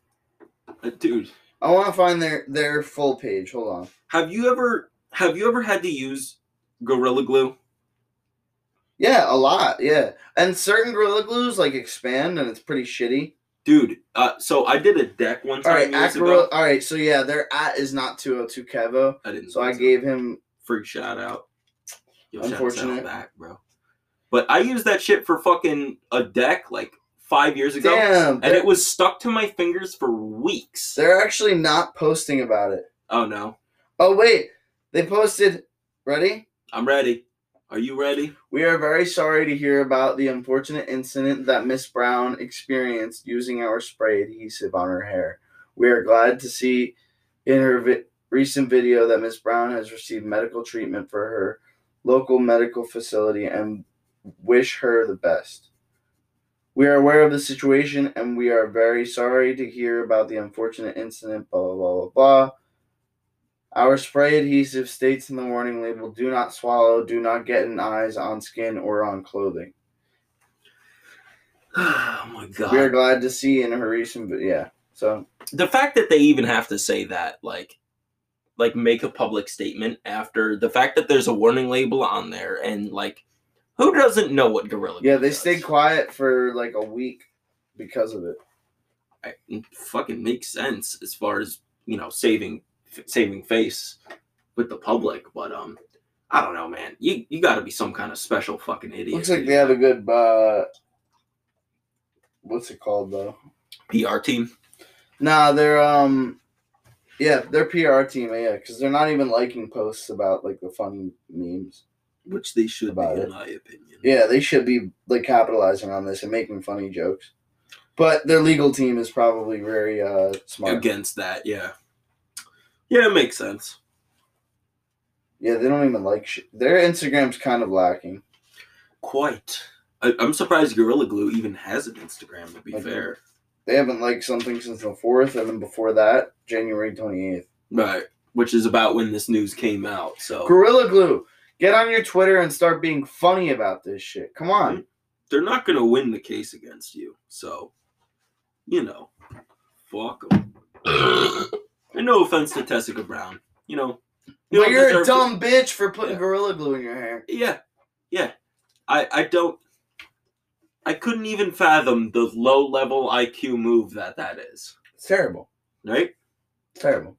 Speaker 1: Uh, dude,
Speaker 2: I want to find their their full page. Hold on.
Speaker 1: have you ever have you ever had to use Gorilla Glue?
Speaker 2: Yeah, a lot. Yeah, and certain Gorilla Glues like expand, and it's pretty shitty.
Speaker 1: Dude, uh, so I did a deck one
Speaker 2: All
Speaker 1: time
Speaker 2: right,
Speaker 1: years
Speaker 2: at Gorilla.
Speaker 1: ago.
Speaker 2: All right, so yeah, their at is not two hundred two Kevo,
Speaker 1: I didn't.
Speaker 2: so I
Speaker 1: think
Speaker 2: gave him.
Speaker 1: free shout out. Yo, shout out
Speaker 2: Unfortunate.
Speaker 1: back, bro. But I used that shit for fucking a deck like five years ago,
Speaker 2: Damn,
Speaker 1: and it
Speaker 2: they're,
Speaker 1: was stuck to my fingers for weeks.
Speaker 2: they're actually not posting about it.
Speaker 1: Oh no,
Speaker 2: Oh wait, they posted. Ready?
Speaker 1: I'm ready. Are you ready?
Speaker 2: We are very sorry to hear about the unfortunate incident that Miss Brown experienced using our spray adhesive on her hair. We are glad to see in her vi- recent video that Miss Brown has received medical treatment for her local medical facility and wish her the best. We are aware of the situation and we are very sorry to hear about the unfortunate incident, blah, blah, blah, blah, blah. Our spray adhesive states in the warning label do not swallow, do not get in eyes, on skin, or on clothing.
Speaker 1: *sighs* Oh my god.
Speaker 2: We are glad to see in her recent video. Yeah. So,
Speaker 1: the fact that they even have to say that like like make a public statement after the fact that there's a warning label on there and like who doesn't know what gorilla
Speaker 2: yeah,
Speaker 1: Glue
Speaker 2: they
Speaker 1: does?
Speaker 2: stayed quiet for like a week because of it.
Speaker 1: I, it fucking makes sense as far as you know saving f- saving face with the public but um i don't know man you you got to be some kind of special fucking idiot
Speaker 2: Looks like
Speaker 1: to
Speaker 2: they have a good, uh, what's it called though?
Speaker 1: do that. pr team
Speaker 2: Nah, they're, um, yeah, they're PR team, yeah, because they're not even liking posts about like the funny memes.
Speaker 1: which they should
Speaker 2: About
Speaker 1: be
Speaker 2: it.
Speaker 1: in my opinion
Speaker 2: Yeah, they should be like capitalizing on this and making funny jokes. But their legal team is probably very uh, smart.
Speaker 1: against that yeah yeah it makes sense
Speaker 2: Yeah, they don't even like shit. Their Instagram's kind of lacking.
Speaker 1: quite I, i'm surprised gorilla glue even has an instagram to be
Speaker 2: Okay.
Speaker 1: fair
Speaker 2: They haven't liked something since the fourth, and then before that, January twenty eighth.
Speaker 1: Right. Which is about when this news came out. So
Speaker 2: Gorilla Glue, get on your Twitter and start being funny about this shit. Come on.
Speaker 1: they're not going to win the case against you. So, you know, fuck
Speaker 2: *coughs*
Speaker 1: 'em. and no offense to Tessica Brown. You know, you
Speaker 2: But
Speaker 1: don't
Speaker 2: you're a
Speaker 1: deserve to-
Speaker 2: dumb bitch for putting
Speaker 1: Yeah.
Speaker 2: Gorilla Glue in your hair.
Speaker 1: Yeah. Yeah. I, I don't. I couldn't even fathom the low level IQ move that that is.
Speaker 2: It's terrible.
Speaker 1: Right?
Speaker 2: Terrible.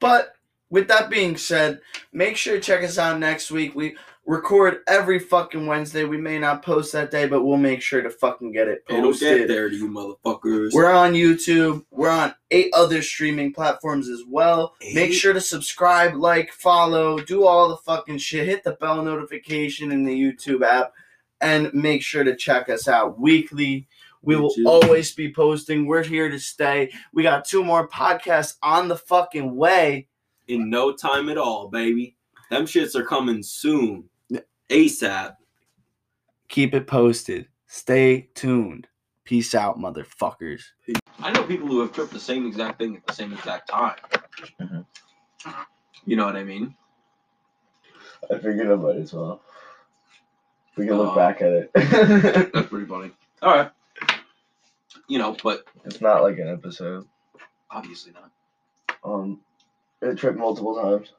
Speaker 2: But with that being said, make sure to check us out next week. We record every fucking Wednesday. We may not post that day, but we'll make sure to fucking get it
Speaker 1: It'll
Speaker 2: posted.
Speaker 1: get there to you motherfuckers.
Speaker 2: Oh, We're on YouTube. We're on eight other streaming platforms as well. Make
Speaker 1: Eight?
Speaker 2: sure to subscribe, like, follow, do all the fucking shit. Hit the bell notification in the YouTube app and make sure to check us out weekly. We will
Speaker 1: Which is-
Speaker 2: always be posting. We're here to stay. We got two more podcasts on the fucking way.
Speaker 1: in no time at all, baby. Them shits are coming soon. ASAP.
Speaker 2: Keep it posted. Stay tuned. Peace out, motherfuckers.
Speaker 1: I know people who have tripped the same exact thing at the same exact time. Mm-hmm.
Speaker 4: Mhm.
Speaker 1: You know what I mean?
Speaker 4: I figured I might as well. We can
Speaker 1: Uh,
Speaker 4: look back at it. *laughs*
Speaker 1: That's pretty funny. All right. You know, but
Speaker 4: it's not like an episode.
Speaker 1: obviously not.
Speaker 4: Um, it tripped multiple times.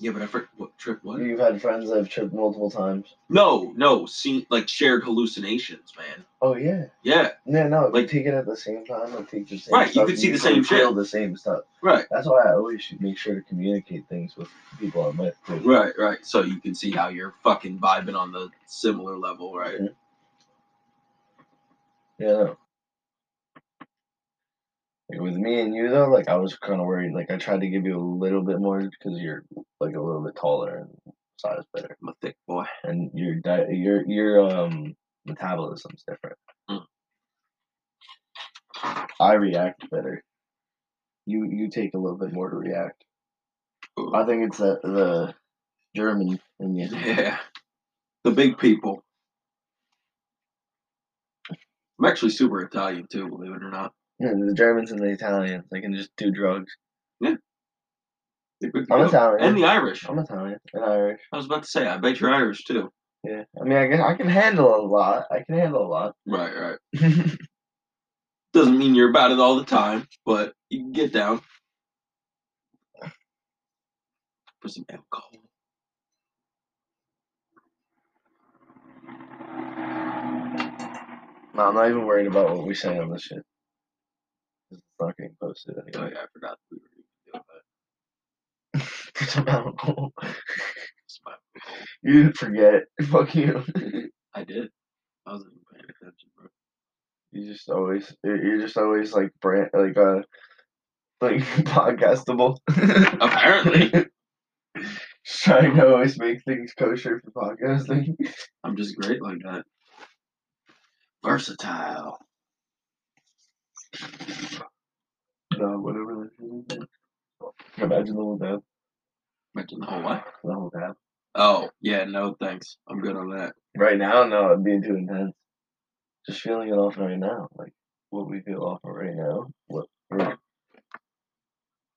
Speaker 1: Yeah, but I for, what trip what?
Speaker 4: You've had friends that have tripped multiple times.
Speaker 1: No, no, see, like shared hallucinations, man.
Speaker 4: Oh yeah.
Speaker 1: Yeah,
Speaker 4: Yeah, no.
Speaker 1: Like-
Speaker 4: Like take it at the same time. Like take the same.
Speaker 1: Right, you
Speaker 4: stuff,
Speaker 1: could see the
Speaker 4: can
Speaker 1: same shit.
Speaker 4: feel The same stuff.
Speaker 1: right,
Speaker 4: That's why I always should make sure to communicate things with people I met. too.
Speaker 1: right, right. So you can see how you're fucking vibing on the similar level, right?
Speaker 4: Yeah. No. Like, with me, me and you though, like I was kind of worried. Like I tried to give you a little bit more because you're like a little bit taller and size better,
Speaker 1: I'm a thick boy.
Speaker 4: and your diet, your your um metabolism's different.
Speaker 1: Mm.
Speaker 4: I react better. You you take a little bit more to react. I think it's that the German in you.
Speaker 1: Yeah. The big people. I'm actually super Italian too, believe it or not.
Speaker 4: Yeah, the Germans and the Italians, they can just do drugs.
Speaker 1: They're good to
Speaker 4: I'm
Speaker 1: go.
Speaker 4: Italian.
Speaker 1: And the Irish.
Speaker 4: I'm Italian and Irish.
Speaker 1: I was about to say, I bet you're Irish too.
Speaker 4: Yeah, I mean, I can I can handle a lot. I can handle a lot. *laughs*
Speaker 1: Right, right. Doesn't mean you're about it all the time, but you can get down. For some alcohol.
Speaker 4: no, I'm not even worried about what we say on this shit. It's not getting posted
Speaker 1: Oh
Speaker 4: anyway. *laughs*
Speaker 1: yeah, I forgot we were doing that.
Speaker 4: Some alcohol.
Speaker 1: It's my fault.
Speaker 4: *laughs* You forget. Fuck you.
Speaker 1: I did. I wasn't even paying attention, bro.
Speaker 4: You just always you're you're just always like brand like uh like *laughs* podcastable. *laughs*
Speaker 1: Apparently.
Speaker 4: Just Trying to always make things kosher for podcasting. *laughs*
Speaker 1: I'm just great like that. Versatile.
Speaker 4: No, whatever. that is. Imagine the whole dab.
Speaker 1: Imagine the whole what?
Speaker 4: The whole dab.
Speaker 1: Oh, yeah, no thanks. I'm good on that.
Speaker 4: Right now, no, it'd be too intense. Just feeling it off right now. Like what we feel off of right now. What we're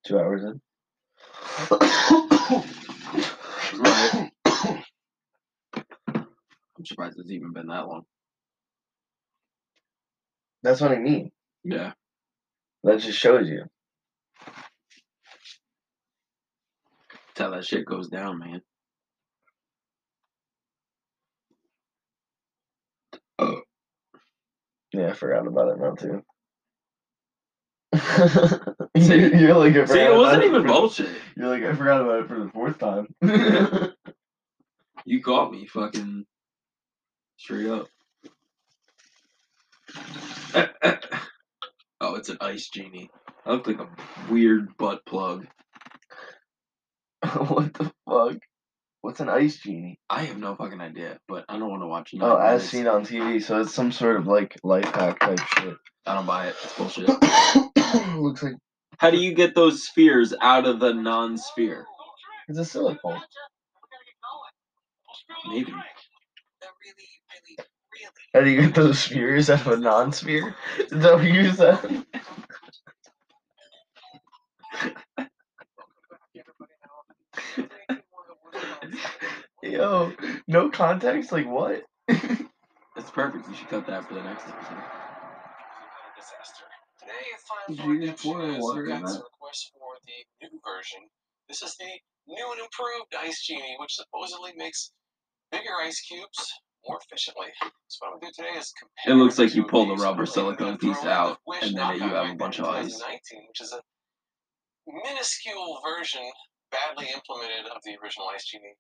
Speaker 4: two hours in. *coughs*
Speaker 1: Right. I'm surprised it's even been that long.
Speaker 4: That's what I mean.
Speaker 1: Yeah.
Speaker 4: That just shows you.
Speaker 1: That's how that shit goes down, man.
Speaker 4: Yeah, I forgot about it now too. you, you're like, I
Speaker 1: See,
Speaker 4: forgot
Speaker 1: it wasn't
Speaker 4: about
Speaker 1: even
Speaker 4: for-
Speaker 1: bullshit.
Speaker 4: You're like, I forgot about it for the fourth time. *laughs*
Speaker 1: You caught me fucking straight up. *laughs* oh, it's an ice genie. I look like a weird butt plug.
Speaker 4: what the fuck? What's an ice genie?
Speaker 1: I have no fucking idea, but I don't want to watch it.
Speaker 4: Oh, as seen on TV, so it's some sort of like life hack type shit.
Speaker 1: I don't buy it. It's bullshit.
Speaker 4: Looks like
Speaker 1: How do you get those spheres out of the non-sphere?
Speaker 4: it's a silicone.
Speaker 1: Maybe.
Speaker 4: How do you get those spheres out of a non-sphere? Don't use that. Yo, no context. Like what?
Speaker 1: That's perfect. You should cut that for the next episode.
Speaker 5: disaster. Today it's time
Speaker 4: Did
Speaker 5: for
Speaker 4: you just
Speaker 5: redemption
Speaker 4: pour
Speaker 5: as
Speaker 4: water
Speaker 5: we
Speaker 4: in
Speaker 5: got
Speaker 4: that?
Speaker 5: some requests for the new version. This is the new and improved Ice Genie, which supposedly makes bigger ice cubes more efficiently. So what I'm gonna do today is compare.
Speaker 1: looks
Speaker 5: the
Speaker 1: like you
Speaker 5: two of
Speaker 1: pull the
Speaker 5: these.
Speaker 1: rubber
Speaker 5: I'm gonna
Speaker 1: silicone
Speaker 5: throw
Speaker 1: piece
Speaker 5: in the
Speaker 1: out,
Speaker 5: Wish
Speaker 1: and then you
Speaker 5: knockout
Speaker 1: have a
Speaker 5: right
Speaker 1: bunch
Speaker 5: there
Speaker 1: of
Speaker 5: in
Speaker 1: ice.
Speaker 5: 2019, which is a minuscule version, badly implemented of the original Ice Genie.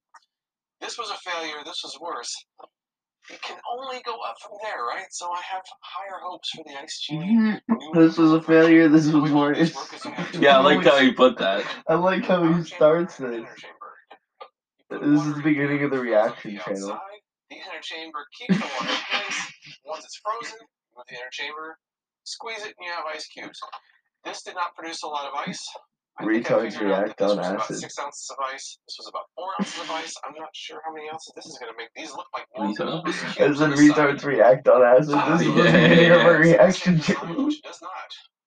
Speaker 5: This was a failure. This was worse. It can only go up from there, right? So I have higher hopes for the Ice Genie.
Speaker 4: This was a failure. This was worse.
Speaker 1: Yeah, I liked how you put that.
Speaker 4: I like how he starts this. This is the beginning of the reaction channel.
Speaker 5: The inner chamber keeps the water in place. Once it's frozen, with the inner chamber, squeeze it and you have ice cubes. This did not produce a lot of ice. I think I
Speaker 4: Retards
Speaker 5: figured out that
Speaker 4: react
Speaker 5: this
Speaker 4: on
Speaker 5: was About
Speaker 4: acid.
Speaker 5: six ounces of ice. This was about four ounces of ice. I'm not sure how many ounces this is going to make. These look like
Speaker 1: These are-
Speaker 5: normal ice
Speaker 4: As
Speaker 5: cubes
Speaker 4: the
Speaker 5: on the side.
Speaker 4: retards react on acid.
Speaker 5: Ah,
Speaker 4: This is
Speaker 1: yeah.
Speaker 4: the beginning of a
Speaker 1: Yes.
Speaker 4: reaction
Speaker 5: Design,
Speaker 4: channel.
Speaker 5: which it does not.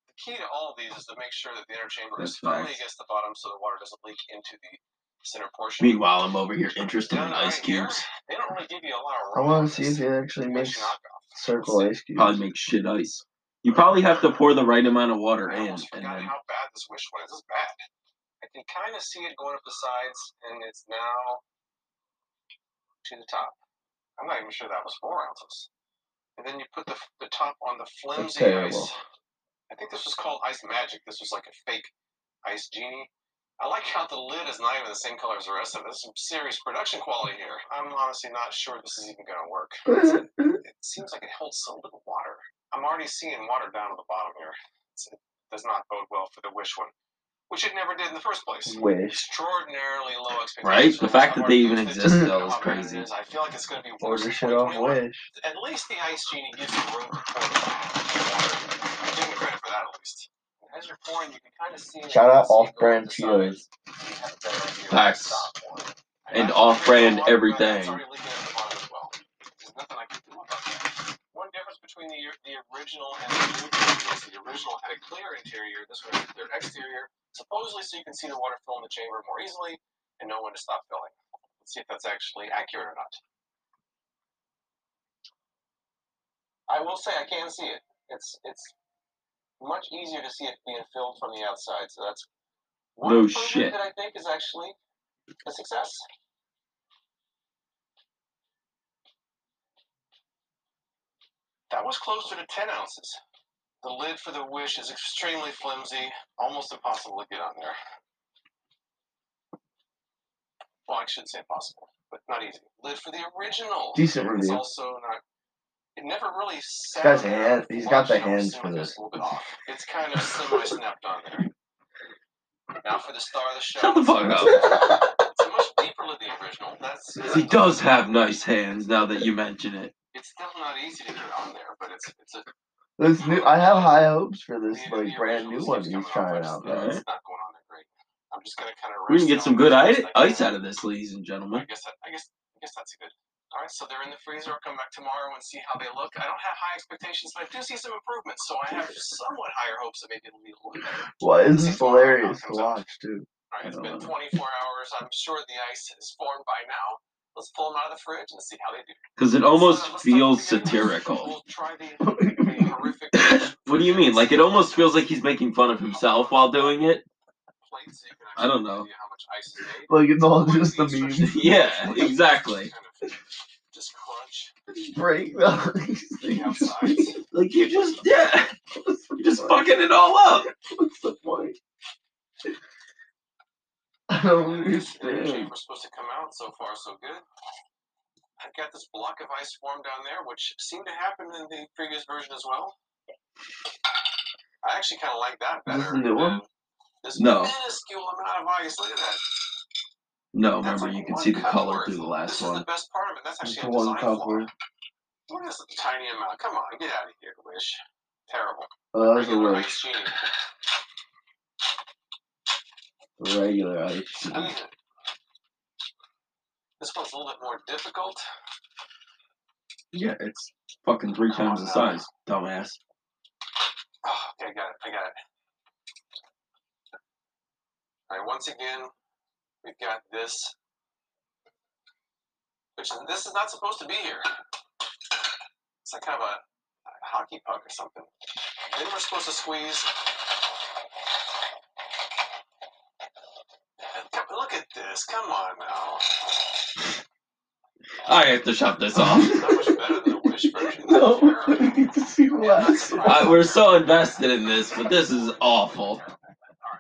Speaker 5: The key to all of these is to make sure that the inner chamber
Speaker 1: That's
Speaker 5: is firmly
Speaker 1: facts.
Speaker 5: against the bottom so the water doesn't leak into the center portion.
Speaker 1: Meanwhile, I'm over here interested in
Speaker 5: Down
Speaker 1: ice
Speaker 5: right here,
Speaker 1: cubes.
Speaker 5: They don't really give you a lot of
Speaker 4: I
Speaker 5: room
Speaker 4: want
Speaker 5: on
Speaker 4: to see
Speaker 5: this.
Speaker 4: if it actually
Speaker 5: Which
Speaker 4: makes
Speaker 5: knockoff.
Speaker 4: circle ice cubes.
Speaker 1: Probably make shit ice. You probably have to pour the right amount of water
Speaker 5: I
Speaker 1: in, and
Speaker 5: almost forgot
Speaker 1: then
Speaker 5: how bad this wish was. This is bad. I can kind of see it going up the sides, and it's now to the top. I'm not even sure that was four ounces. And then you put the, the top on the
Speaker 4: That's
Speaker 5: flimsy
Speaker 4: terrible.
Speaker 5: ice. I think this was called Ice Magic. This was like a fake Ice Genie. I like how the lid is not even the same color as the rest of it. There's some serious production quality here. I'm honestly not sure this is even going to work. It's- It seems like it holds so little water. I'm already seeing water down at the bottom here. It's, does not bode well for the Wish one, which it never did in the first place.
Speaker 4: *laughs* Wish.
Speaker 5: Extraordinarily low
Speaker 1: Mm.
Speaker 5: expectations.
Speaker 1: Right? The fact that they even
Speaker 5: Hard to
Speaker 1: exist,
Speaker 5: do.
Speaker 1: though,
Speaker 5: You know
Speaker 1: is
Speaker 5: how bad
Speaker 1: crazy.
Speaker 5: it is. I feel like it's going to be worse.
Speaker 4: Order
Speaker 5: in
Speaker 4: shit off
Speaker 5: 2021.
Speaker 4: Wish.
Speaker 5: At least the Ice Genie gives you room to pour water. Give him credit for that, at least. And As you're pouring, you can kind of see.
Speaker 4: Shout out
Speaker 5: see it go
Speaker 4: off-brand
Speaker 5: into
Speaker 4: Cheetos.
Speaker 5: size. You have a better idea of what
Speaker 1: Facts.
Speaker 5: the stop was.
Speaker 1: And
Speaker 5: I-
Speaker 1: off-brand
Speaker 5: I-
Speaker 1: everything.
Speaker 5: It's already leaking at the bottom as well. There's nothing I can do about that. One difference between the, the original and the new is the original had a clear interior, this one has a clear exterior, supposedly so you can see the water fill in the chamber more easily and know when to stop filling. Let's see if that's actually accurate or not. I will say I can see it. It's it's much easier to see it being filled from the outside, so that's one
Speaker 1: No
Speaker 5: improvement
Speaker 1: shit.
Speaker 5: that I think is actually a success. That was closer to 10 ounces. The lid for the wish is extremely flimsy, almost impossible to get on there. Well, I shouldn't say impossible, but not easy. Lid for the original
Speaker 4: Decent
Speaker 5: is
Speaker 4: review.
Speaker 5: also not. It never really sat.
Speaker 4: guy's
Speaker 5: on
Speaker 4: hand-
Speaker 5: there.
Speaker 4: he's got the
Speaker 5: Watch it,
Speaker 4: hands
Speaker 5: obviously,
Speaker 4: for
Speaker 5: it goes
Speaker 4: this.
Speaker 5: a little bit off. It's kind of semi snapped on there. Now for the star of the show.
Speaker 1: Shut the fuck
Speaker 4: *laughs*
Speaker 1: up.
Speaker 5: It's a much deeper lid than the original. That's.
Speaker 1: He does have nice hands now that you mention it.
Speaker 5: It's still not easy to get on there, but it's it's a
Speaker 4: This new, I have high hopes for this
Speaker 5: Yeah, the
Speaker 4: like
Speaker 5: original
Speaker 4: brand new
Speaker 5: keeps
Speaker 4: one he's
Speaker 5: coming up. I
Speaker 4: trying
Speaker 5: just-
Speaker 4: out.
Speaker 1: though.
Speaker 5: It's not going on that great. I'm just gonna kind of.
Speaker 1: We can get some good i- ice out of this, ladies and
Speaker 5: I
Speaker 1: gentlemen.
Speaker 5: guess that, I guess I guess that's good. All right, so they're in the freezer. I'll come back tomorrow and see how they look. I don't have high expectations, but I do see some improvements, so I have somewhat higher hopes that maybe it'll be a little bit better.
Speaker 4: Well, this is hilarious to watch too.
Speaker 5: All right, it's
Speaker 1: I
Speaker 5: been
Speaker 1: don't
Speaker 5: 24 hours. I'm sure the ice is formed by now. Let's pull them out of the fridge and see how they do.
Speaker 1: Because it
Speaker 5: Let's, uh,
Speaker 1: almost
Speaker 5: let's start
Speaker 1: feels
Speaker 5: with the beginning. Let's-
Speaker 1: satirical.
Speaker 5: We'll try
Speaker 1: *laughs*
Speaker 5: the, the horrific.
Speaker 1: What do you mean? Like, it almost feels like he's making fun of himself while doing it?
Speaker 5: plate so you can
Speaker 1: I don't know.
Speaker 5: actually get an idea how much ice is made.
Speaker 4: *laughs* Like it's all
Speaker 5: One of
Speaker 4: just the meme *laughs*
Speaker 5: instructions-
Speaker 1: Yeah, exactly.
Speaker 5: Kind of Just crunch
Speaker 4: break. *laughs* though.
Speaker 5: the outsides.
Speaker 1: Like, you just, yeah, *laughs* you're just fucking it all up.
Speaker 4: What's the point? *laughs* I don't understand.
Speaker 5: Chamber's supposed to come out. So far, so good. I've got this block of ice formed down there, which seemed to happen in the previous version as well. I actually kind of like that
Speaker 4: Is
Speaker 5: better.
Speaker 4: this the new one?
Speaker 5: than This
Speaker 1: No.
Speaker 5: minuscule amount of ice. Look at that.
Speaker 1: No,
Speaker 5: That's
Speaker 1: remember,
Speaker 5: like
Speaker 1: you can
Speaker 5: one
Speaker 1: see the
Speaker 5: cup
Speaker 1: color
Speaker 5: worth.
Speaker 1: through the
Speaker 5: This
Speaker 1: last
Speaker 5: is
Speaker 1: one.
Speaker 5: the best part of it. That's actually
Speaker 4: It's
Speaker 5: a
Speaker 4: one
Speaker 5: design
Speaker 4: cup
Speaker 5: flaw.
Speaker 4: worth.
Speaker 5: Look at this tiny amount. Come on, get out of here, Wish. Terrible.
Speaker 4: Oh, that's a
Speaker 5: Regular
Speaker 4: wish.
Speaker 5: ice genie.
Speaker 4: Regular ice.
Speaker 5: Squeeze it. This one's a little bit more difficult.
Speaker 1: Yeah, it's fucking
Speaker 4: Oh,
Speaker 1: three times the size, dumbass.
Speaker 5: Oh, okay, I got it. I got it. All right, once again, we've got this. Which is, this is not supposed to be here. It's like kind of a, a hockey puck or something. Then we're supposed to squeeze. Come- Look at this. Come on now.
Speaker 1: I have to shut this off.
Speaker 4: *laughs*
Speaker 5: Not much better than the Wish version.
Speaker 4: No, *laughs*
Speaker 5: Yeah,
Speaker 4: you can see
Speaker 5: not
Speaker 4: what?
Speaker 5: surprised.
Speaker 1: I, we're so invested in this, but this is awful.
Speaker 5: All right,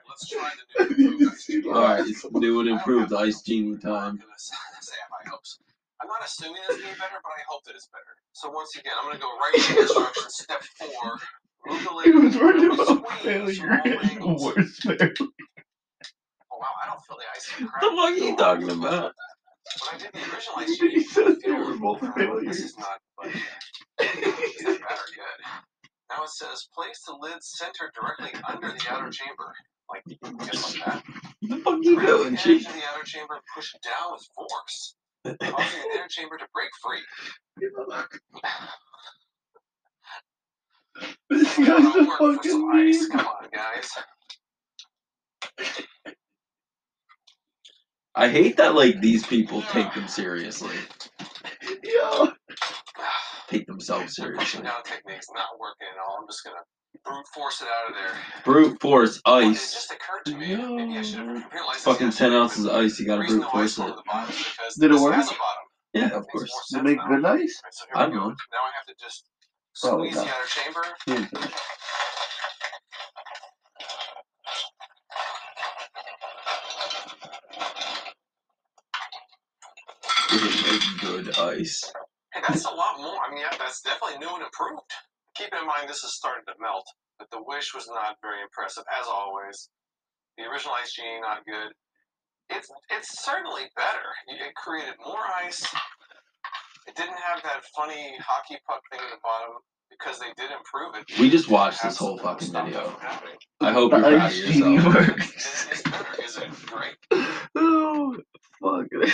Speaker 5: let's try the
Speaker 1: *laughs*
Speaker 5: new Uh,
Speaker 4: You can see
Speaker 1: All right,
Speaker 4: what?
Speaker 1: it's new and improved Ice Genie time.
Speaker 5: I'm gonna *laughs* say I have high hopes. I'm not assuming it's gonna be better, but I hope that it's better. So once again, I'm gonna go right to the instructions. Step four. Move the
Speaker 4: It
Speaker 5: lid.
Speaker 4: was worried about
Speaker 5: Squeeze from
Speaker 4: failure
Speaker 5: all
Speaker 4: and the
Speaker 5: angles.
Speaker 4: worst failure.
Speaker 5: Oh wow, I don't feel the ice.
Speaker 1: What the fuck are you talking about?
Speaker 5: When I did the original ice,
Speaker 4: He
Speaker 1: *laughs*
Speaker 4: says they were both
Speaker 5: This is
Speaker 4: failures.
Speaker 5: not like is that bad or good? Now it says place the lid centered directly under the outer chamber. Like just like that.
Speaker 1: What the fuck you
Speaker 5: Grab
Speaker 1: doing,
Speaker 5: the edge
Speaker 1: Chief?
Speaker 5: of the outer chamber and push down with force, causing the inner chamber to break free.
Speaker 4: This
Speaker 5: Come
Speaker 4: guy's
Speaker 5: on,
Speaker 4: a
Speaker 5: work for
Speaker 4: fucking
Speaker 5: some ice.
Speaker 4: meme.
Speaker 5: Come on, guys.
Speaker 1: I hate that like these people take them seriously,
Speaker 4: Yo.
Speaker 1: take themselves
Speaker 5: The pushing
Speaker 1: seriously.
Speaker 5: down technique's not working at all. I'm just gonna brute force it out of there.
Speaker 1: Brute force
Speaker 5: Well, It
Speaker 1: ice.
Speaker 5: just occurred to me. Maybe I should have realized.
Speaker 1: Oh, Fucking
Speaker 5: this
Speaker 1: ten ounces
Speaker 5: yesterday,
Speaker 1: of ice. You
Speaker 5: but The
Speaker 1: gotta
Speaker 5: reason
Speaker 1: brute
Speaker 5: the ice
Speaker 1: force
Speaker 5: went
Speaker 1: it.
Speaker 5: to the bottom is because
Speaker 4: Did it
Speaker 5: this
Speaker 4: work?
Speaker 5: has a bottom.
Speaker 1: Yeah, of
Speaker 5: That makes more
Speaker 1: course.
Speaker 4: Did it
Speaker 5: sense
Speaker 4: make
Speaker 5: now.
Speaker 4: good ice?
Speaker 5: Alright, so here
Speaker 1: I
Speaker 5: we
Speaker 1: don't
Speaker 5: go.
Speaker 1: know.
Speaker 5: Now I have to just
Speaker 4: Probably
Speaker 5: squeeze
Speaker 4: not.
Speaker 5: the outer chamber.
Speaker 4: Yeah.
Speaker 1: Did it make good ice?
Speaker 5: Hey, that's a lot more. I mean, yeah, that's definitely new and improved. Keep in mind, this is starting to melt. but the wish was not very impressive, as always. The original ice genie not good. It's it's certainly better. It created more ice. It didn't have that funny hockey puck thing at the bottom because they did improve it.
Speaker 6: We just watched this
Speaker 5: Have
Speaker 6: whole
Speaker 5: some
Speaker 6: fucking
Speaker 5: stuff
Speaker 6: video.
Speaker 5: from happening.
Speaker 6: I hope
Speaker 4: The
Speaker 6: you're proud of
Speaker 1: *laughs*
Speaker 4: ice genie
Speaker 6: yourself.
Speaker 5: Is
Speaker 4: works.
Speaker 5: it is better? Is it great?
Speaker 4: *laughs* oh, fuck.